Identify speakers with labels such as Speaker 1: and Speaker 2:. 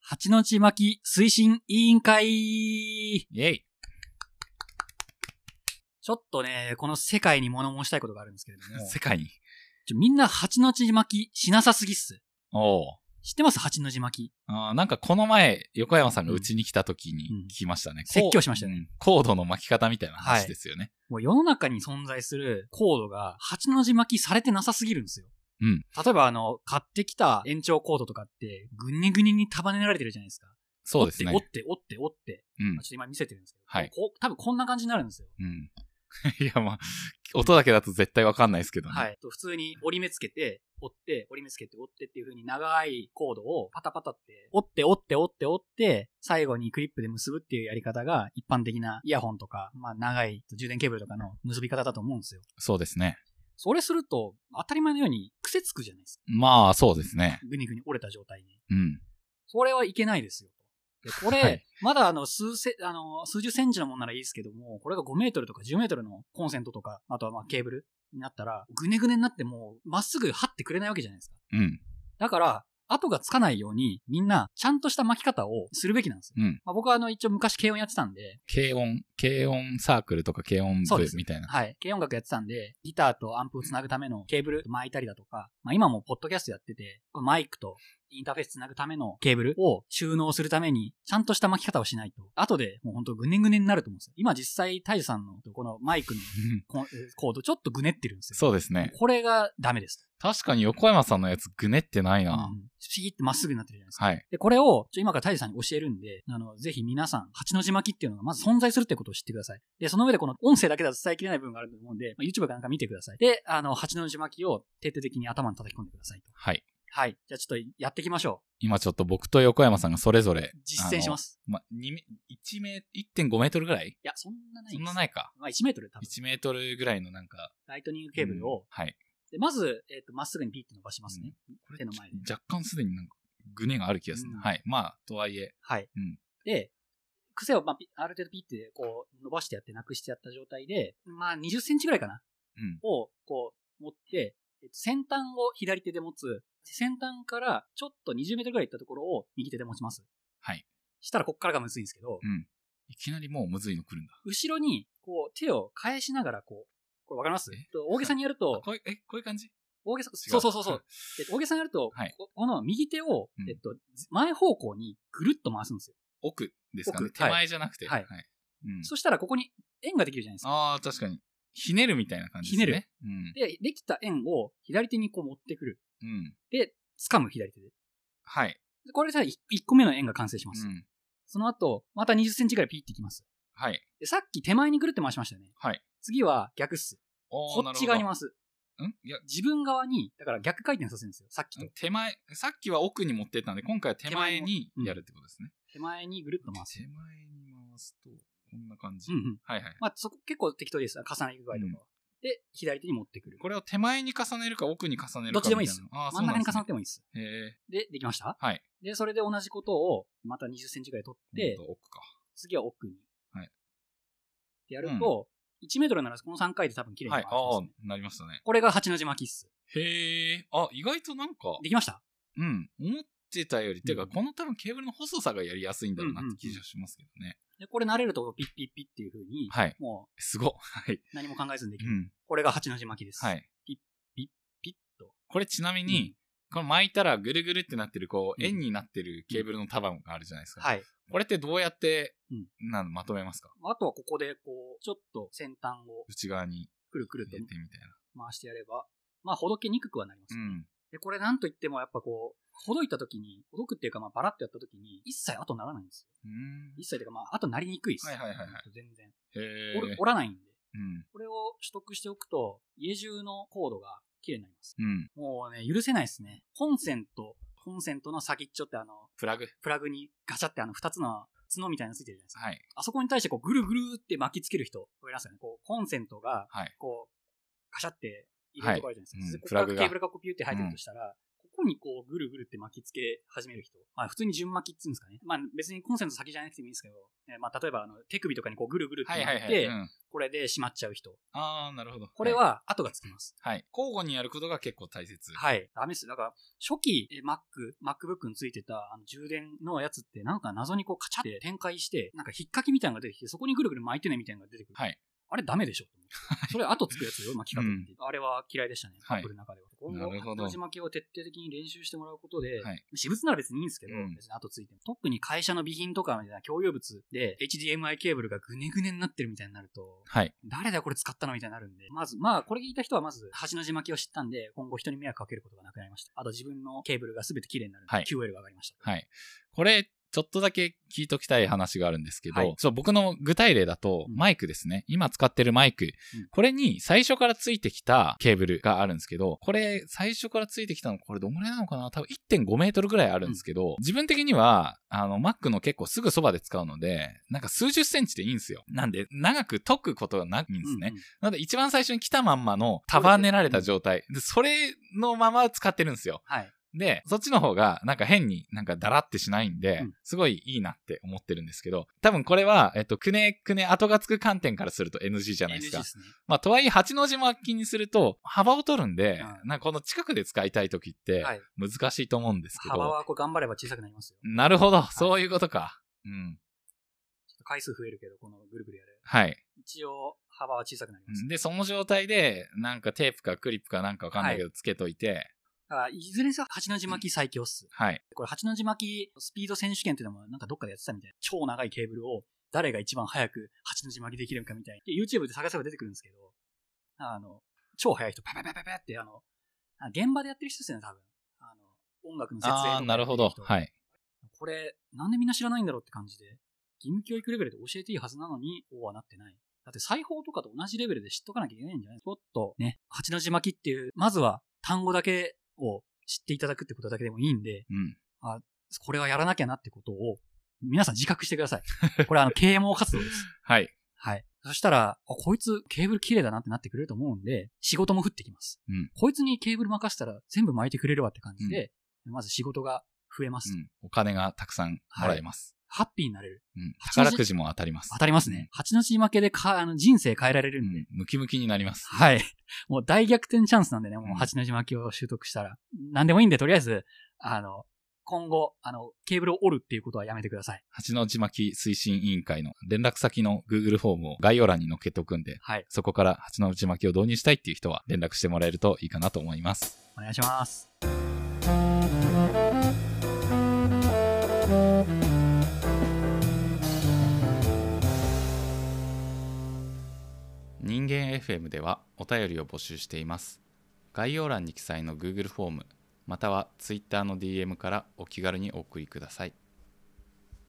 Speaker 1: 八の字巻き推進委員会
Speaker 2: イェイ。
Speaker 1: ちょっとね、この世界に物申したいことがあるんですけれど も、
Speaker 2: 世界に。
Speaker 1: ちょみんな八の字巻きしなさすぎっす。
Speaker 2: おう
Speaker 1: 知ってます八の字巻き。
Speaker 2: あーなんかこの前、横山さんがうちに来た時に
Speaker 1: うん
Speaker 2: 聞きましたね。
Speaker 1: 説教しましたね
Speaker 2: ね。コードの巻き方みたいな話ですよね。
Speaker 1: もう世の中に存在するコードが八の字巻きされてなさすぎるんですよ。
Speaker 2: うん。
Speaker 1: 例えばあの、買ってきた延長コードとかって、ぐにぐにに束ねられてるじゃないですか。
Speaker 2: そうですね。
Speaker 1: 折って折って折って折って。
Speaker 2: うん
Speaker 1: まあ。ちょっと今見せてるんですけど。
Speaker 2: はい
Speaker 1: こう多分こんな感じになるんですよ。
Speaker 2: うん。 いや、まあ、音だけだと絶対わかんないですけどね。
Speaker 1: はい。と普通に折り目つけて、折って、折り目つけて、折ってっていう風に長いコードをパタパタって、折って、折って、折って、折って、最後にクリップで結ぶっていうやり方が一般的なイヤホンとか、まあ長い充電ケーブルとかの結び方だと思うんですよ。
Speaker 2: そうですね。
Speaker 1: それすると、当たり前のように癖つくじゃないですか。
Speaker 2: まあ、そうですね。
Speaker 1: ぐにぐに折れた状態に。
Speaker 2: うん。
Speaker 1: それはいけないですよ。でこれ、
Speaker 2: はい
Speaker 1: まだあの、数セ、あの、数十センチのもんならいいですけども、これが5メートルとか10メートルのコンセントとか、あとはまあケーブルになったら、ぐねぐねになってもう、まっすぐ張ってくれないわけじゃないですか。
Speaker 2: うん。
Speaker 1: だから、後がつかないように、みんな、ちゃんとした巻き方をするべきなんですよ。
Speaker 2: うん
Speaker 1: まあ、僕はあの、一応昔軽音やってたんで、
Speaker 2: 軽音、軽音サークルとか軽音
Speaker 1: そう
Speaker 2: 部
Speaker 1: です
Speaker 2: みたいな。
Speaker 1: はい。軽音楽やってたんで、ギターとアンプをつなぐためのケーブル巻いたりだとか、まあ今もポッドキャストやってて、このマイクとインターフェースつなぐためのケーブルを収納するために、ちゃんとした巻き方をしないと、後でもうほんとぐねぐねになると思うんですよ。今実際、タイジさんのこのマイクの
Speaker 2: うん
Speaker 1: コンコードちょっとぐねってるんですよ。
Speaker 2: そうですね。
Speaker 1: これがダメです。
Speaker 2: 確かに横山さんのやつぐねってない
Speaker 1: うん
Speaker 2: な。
Speaker 1: シーってまっすぐになってるじゃないですか。
Speaker 2: はい。
Speaker 1: で、これを、ちょ今からタイジさんに教えるんで、あの、ぜひ皆さん、八の字巻きっていうのがまず存在するってことを知ってください。で、その上でこの音声だけだと伝えきれない部分があると思うんで、まあ、YouTube かなんか見てください。で、あの、八の字巻きを徹底的に頭に叩き込んでくださいと。
Speaker 2: はい。
Speaker 1: はい。じゃあちょっとやっていきましょ
Speaker 2: 今ちょっと僕と横山さんがそれぞれ
Speaker 1: う。、実践します。
Speaker 2: ま、2メ、1メ、1.5メートルぐらい
Speaker 1: いや、そんなないで
Speaker 2: そ
Speaker 1: す
Speaker 2: んなないか。
Speaker 1: まあ、1メートル多分。
Speaker 2: 1メートルぐらいのなんか。
Speaker 1: ライトニングケーブルを、
Speaker 2: うんはい。
Speaker 1: でまず、えっ、と、まっすぐにピッて伸ばしますね。
Speaker 2: こ
Speaker 1: 手の前で。
Speaker 2: 若干すでになんか、ぐねがある気がする
Speaker 1: う
Speaker 2: な。
Speaker 1: ん
Speaker 2: はい。まあ、とはいえ。
Speaker 1: はい。
Speaker 2: うん
Speaker 1: で、癖を、まあ、ピある程度ピッてこう、伸ばしてやってなくしてやった状態で、まあ、20センチぐらいかな。
Speaker 2: うん。
Speaker 1: をこう持って、えっと先端を左手で持つ、先端からちょっと20メートルぐらい行ったところを右手で持ちます。
Speaker 2: はい。
Speaker 1: したらこっからがむずいんですけど、
Speaker 2: うん。いきなりもうむずいの来るんだ。
Speaker 1: 後ろにこう手を返しながらこう、これわかります
Speaker 2: え
Speaker 1: えっと大げさにやると、
Speaker 2: こういう、え、こういう感じ
Speaker 1: 大げさ、そうそうそうそう。。えっと大げさにやると、
Speaker 2: はい
Speaker 1: ここの右手を
Speaker 2: う、ん
Speaker 1: えっと、前方向にぐるっと回すんですよ。
Speaker 2: 奥ですかね。
Speaker 1: 奥
Speaker 2: 手前じゃなくて。
Speaker 1: はい
Speaker 2: うん、
Speaker 1: そしたらここに円ができるじゃないですか。
Speaker 2: ああ、確かに。ひねるみたいな感じですね。
Speaker 1: ひね
Speaker 2: うん。
Speaker 1: で、できた円を左手にこう持ってくる。
Speaker 2: うん。
Speaker 1: で、掴む左手で。
Speaker 2: はい。
Speaker 1: でこれでさ、1個目の円が完成します。
Speaker 2: うん。
Speaker 1: その後、また20センチぐらいピッていきます。
Speaker 2: はい。
Speaker 1: で、さっき手前にぐるって回しましたよね。
Speaker 2: はい。
Speaker 1: 次は逆っす。
Speaker 2: お
Speaker 1: こ
Speaker 2: ー
Speaker 1: っち側に
Speaker 2: な
Speaker 1: 回
Speaker 2: る
Speaker 1: す。
Speaker 2: ほどんいや、
Speaker 1: 自分側に、だから逆回転させるんですよ。さっきと。
Speaker 2: 手前、さっきは奥に持ってったんで、今回は手前に
Speaker 1: 手前に
Speaker 2: やるってことですね。
Speaker 1: 手前にぐるっと回す。
Speaker 2: 手前に回すと、こんな感じ。
Speaker 1: うんうん。
Speaker 2: はいはい。
Speaker 1: まあ、そこ結構適当です。重ねる具合とかは。で、左手に持ってくる。
Speaker 2: これを手前に重ねるか奥に重ねるかみたいな。
Speaker 1: どっちでもいいです
Speaker 2: ああ、
Speaker 1: 真ん中に重な
Speaker 2: ね
Speaker 1: ってもいいです。。
Speaker 2: へ
Speaker 1: で、できました
Speaker 2: はい。
Speaker 1: で、それで同じことを、また20センチぐらい取っ
Speaker 2: え。
Speaker 1: て
Speaker 2: 今、度奥か。
Speaker 1: 次は奥に。
Speaker 2: はい
Speaker 1: でやると、1メートルならこの3回で多分綺麗に
Speaker 2: は
Speaker 1: 回
Speaker 2: い。
Speaker 1: り
Speaker 2: あ
Speaker 1: ます、ね
Speaker 2: あ、なりましたね。
Speaker 1: これが八の字巻きっす。
Speaker 2: へえ。あ、意外となんか、
Speaker 1: できました
Speaker 2: うん。思ってたより、ていう
Speaker 1: う
Speaker 2: か、
Speaker 1: ん
Speaker 2: この多分ケーブルの細さがやりやすいんだろうなって気がしますけどね。
Speaker 1: で、これ慣れるとピッピッピッっていう風に、
Speaker 2: はい。
Speaker 1: も
Speaker 2: すごっ。はい。
Speaker 1: う何も考えずにでき
Speaker 2: う
Speaker 1: る。
Speaker 2: ん。
Speaker 1: これが八の字巻きです。
Speaker 2: はい。
Speaker 1: ピッと。
Speaker 2: これちなみに、この巻いたらぐるぐるってなってる、こ
Speaker 1: う
Speaker 2: う、
Speaker 1: ん
Speaker 2: 円になってるケーブルの束があるじゃないですか。
Speaker 1: はい。
Speaker 2: これってどうやって、
Speaker 1: うん
Speaker 2: なんまとめますか
Speaker 1: あとはここで、こう、ちょっと先端を
Speaker 2: 内側に
Speaker 1: くるくる
Speaker 2: 入
Speaker 1: と
Speaker 2: れてみたいな。
Speaker 1: 回してやれば、まあ、ほどけにくくはなります。
Speaker 2: うん。
Speaker 1: で、これなんといってもやっぱこう、ほどいた時に、ほどくっていうか、まあ、バラッとやった時に、一切後にならないんですよ。
Speaker 2: うん
Speaker 1: 一切というか、まあ、後になりにくいです。
Speaker 2: はいはいはいはい
Speaker 1: 全然。
Speaker 2: へえ。
Speaker 1: 折る折らないんで。
Speaker 2: うん。
Speaker 1: これを取得しておくと、家中のコードが綺麗になります。
Speaker 2: うん。
Speaker 1: もうね、許せないですね。コンセント、コンセントの先っちょってあの、
Speaker 2: プラグ。
Speaker 1: プラグにガチャってあの二つの角みたいなのついてるじゃないですか。
Speaker 2: はい。
Speaker 1: あそこに対してこうぐるぐるって巻きつける人、わかりますよね。こうコンセントが
Speaker 2: はい。
Speaker 1: こうガシャって入れるとこあるじゃないですか。
Speaker 2: はい
Speaker 1: で
Speaker 2: うん
Speaker 1: ここ
Speaker 2: フラ
Speaker 1: から
Speaker 2: グが
Speaker 1: ケーブルがこうピューって入ってるとしたら、ここにこうぐるぐるって巻きつけ始める人。まあ普通に順巻きっつうんですかね。まあ別にコンセント先じゃなくてもいいんですけど、えーまあ例えばあの手首とかにこうぐるぐるって
Speaker 2: は
Speaker 1: 巻
Speaker 2: い
Speaker 1: いて、
Speaker 2: はいはい。うん、
Speaker 1: これで締まっちゃう人。
Speaker 2: ああ、なるほど。
Speaker 1: これ
Speaker 2: い、
Speaker 1: は後がつきます。
Speaker 2: はい。交互にやることが結構大切。
Speaker 1: はい。ダメです。だから、初期、え Mac、MacBook についてた、あの、充電のやつって、なんか謎にこう、カチャって展開して、なんか引っ掛けみたいなのが出てきて、そこにぐるぐる巻いてねみたいなのが出てくる。
Speaker 2: はい
Speaker 1: あれダメでしょと思ってそれ後つくやつよ、巻き方って。
Speaker 2: うん
Speaker 1: あれは嫌いでしたね。
Speaker 2: はい
Speaker 1: アップルの中では。
Speaker 2: なる
Speaker 1: 今
Speaker 2: ほ
Speaker 1: 後、
Speaker 2: ど
Speaker 1: 後巻きを徹底的に練習してもらうことで、
Speaker 2: はい
Speaker 1: 私物なら別にいいんですけど、
Speaker 2: うん
Speaker 1: 別に後ついても。特に会社の備品とかみたいな共用物で、HDMI ケーブルがぐねぐねになってるみたいになると、
Speaker 2: はい。
Speaker 1: 誰だよこれ使ったのみたいになるんで、まず、まあ、これ聞いた人はまず、端の字巻きを知ったんで、今後人に迷惑かけることがなくなりました。あと自分のケーブルが全て綺麗になるんで、
Speaker 2: はい
Speaker 1: QL が上がりました。
Speaker 2: はい。これ、ちょっとだけ聞いときたい話があるんですけど、
Speaker 1: はい
Speaker 2: そう僕の具体例だと、
Speaker 1: うん
Speaker 2: マイクですね。今使ってるマイク。
Speaker 1: うん
Speaker 2: これに最初からついてきたケーブルがあるんですけど、これ最初からついてきたの、これどんぐらいなのかな多分1.5メートルぐらいあるんですけど、自分的には、あの、Mac の結構すぐそばで使うので、なんか数十センチでいいんですよ。なんで、長く解くことがないんですね。
Speaker 1: うんうん
Speaker 2: なので、一番最初に来たまんまの束ねられた状態。で、それのまま使ってるんですよ。
Speaker 1: はい。
Speaker 2: で、そっちの方が、なんか変になんかだらってしないんで、
Speaker 1: うん
Speaker 2: すごいいいなって思ってるんですけど、多分これは、えっと、くねくね後がつく観点からすると NG じゃないです
Speaker 1: NG
Speaker 2: か
Speaker 1: で。すね。
Speaker 2: まあ、とはいえ、八の字巻きにすると、幅を取るんで、
Speaker 1: うん
Speaker 2: なんかこの近くで使いたい時って
Speaker 1: はい、
Speaker 2: 難しいと思うんですけど。
Speaker 1: 幅はこう頑張れば小さくなりますよ。
Speaker 2: なるほど、そういうことか。うん。
Speaker 1: ちょっと回数増えるけど、このぐるぐるやる。
Speaker 2: はい。
Speaker 1: 一応、幅は小さくなります。
Speaker 2: で、その状態で、なんかテープかクリップかなんかわかんないけど、つけといて、
Speaker 1: だからいずれにせよ、八の字巻き最強っす。
Speaker 2: はい。
Speaker 1: これ、八の字巻きスピード選手権っていうのも、なんかどっかでやってたみたいな。超長いケーブルを、誰が一番早く八の字巻きできるのかみたいな。で YouTube で探せば出てくるんですけど、あの、超速い人、パパパパパって、あの、あ現場でやってる人ですよね、多分。あの、音楽の設営とか。
Speaker 2: ああー、なるほど。はいい。
Speaker 1: これ、なんでみんな知らないんだろうって感じで、義務教育レベルで教えていいはずなのに、こうはなってない。だって裁縫とかと同じレベルで知っとかなきゃいけないんじゃないちょっとね、八の字巻きっていう、まずは単語だけを知っていただくってことだけでもいいんで、
Speaker 2: うん。
Speaker 1: これはやらなきゃなってことを、皆さん自覚してくださ い。これはあの、啓蒙活動です。
Speaker 2: はい。
Speaker 1: はい。そしたら、あこいつケーブル綺麗だなってなってくれると思うんで、仕事も降ってきます。
Speaker 2: うん
Speaker 1: こいつにケーブル任せたら全部巻いてくれるわって感じで、まず仕事が増えます、
Speaker 2: うんお金がたくさんもらえます。
Speaker 1: ハッピーになれる。
Speaker 2: うん、
Speaker 1: 八の字
Speaker 2: 宝くじも当たります。
Speaker 1: 当たりますね。八の字負けでか、あの、人生変えられる
Speaker 2: うん
Speaker 1: で。
Speaker 2: ん。ムキムキになります。
Speaker 1: はい。もう大逆転チャンスなんでね、
Speaker 2: う
Speaker 1: も
Speaker 2: ん
Speaker 1: う八の字巻きを習得したら。何でもいいんで、とりあえず、あの、今後、あの、ケーブルを折るっていうことはやめてください。
Speaker 2: 八の字巻き推進委員会の連絡先の Google フォームを概要欄に載っけておくんで、
Speaker 1: はい。
Speaker 2: そこから八の字巻きを導入したいっていう人は連絡してもらえるといいかなと思います。
Speaker 1: お願いします。
Speaker 2: 人間 FM ではお便りを募集しています。概要欄に記載の Google フォーム、または Twitter の DM からお気軽にお送りください。